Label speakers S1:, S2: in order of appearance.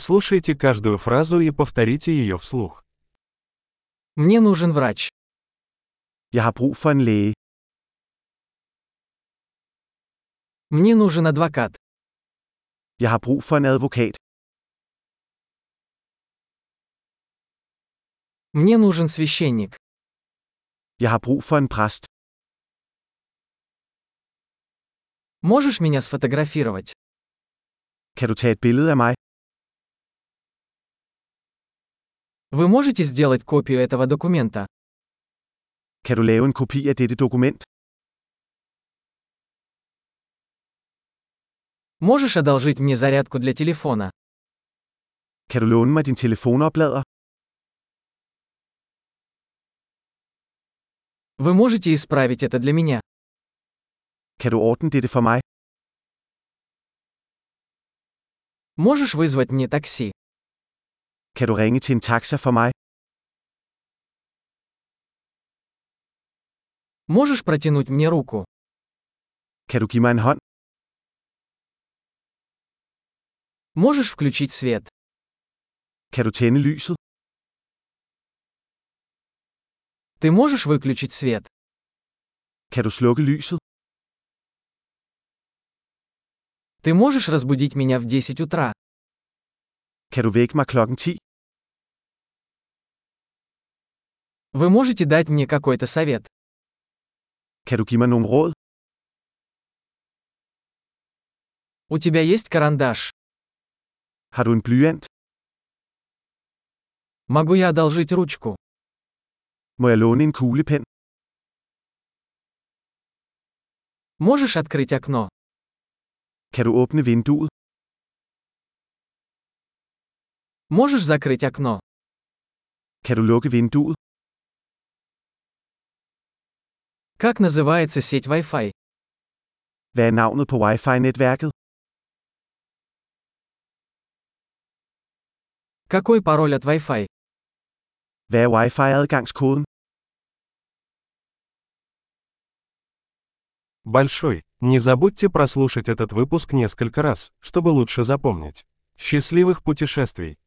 S1: Прослушайте каждую фразу и повторите ее вслух.
S2: Мне нужен врач.
S3: Jeg har brug for en læge.
S2: Мне нужен адвокат.
S3: Jeg har brug for en advokat.
S2: Мне нужен священник.
S3: Jeg har brug for en præst.
S2: Можешь меня сфотографировать?
S3: Kan du tage et billede af mig?
S2: Вы можете сделать копию этого документа?
S3: Kan du lave en kopi af dette dokument?
S2: Можешь одолжить мне зарядку для телефона?
S3: Kan du låne mig din telefonoplader?
S2: Вы можете исправить это для меня?
S3: Kan du ordne dette for mig?
S2: Можешь вызвать мне такси?
S3: Kan du ringe til en taxa for mig?
S2: Можешь протянуть мне руку?
S3: Kan du give mig en hånd?
S2: Можешь включить свет?
S3: Kan du tænde lyset?
S2: Ты можешь выключить свет?
S3: Kan du slukke lyset?
S2: Ты можешь разбудить меня в 10 утра?
S3: Kan du vække mig klokken 10?
S2: Вы можете дать мне какой-то совет?
S3: Kan du give mig nogle råd?
S2: У тебя есть карандаш?
S3: Har du en blyant?
S2: Могу я одолжить ручку?
S3: Må jeg låne en kuglepen?
S2: Можешь открыть окно?
S3: Kan du åbne vinduet?
S2: Можешь закрыть окно?
S3: Kan du lukke vinduet?
S2: Как называется сеть Wi-Fi?
S3: Hvad er navnet på wifi-netværket?
S2: Какой пароль от Wi-Fi?
S3: Hvad er wifi-adgangskoden?
S1: Большой. Не забудьте прослушать этот выпуск несколько раз, чтобы лучше запомнить. Счастливых путешествий!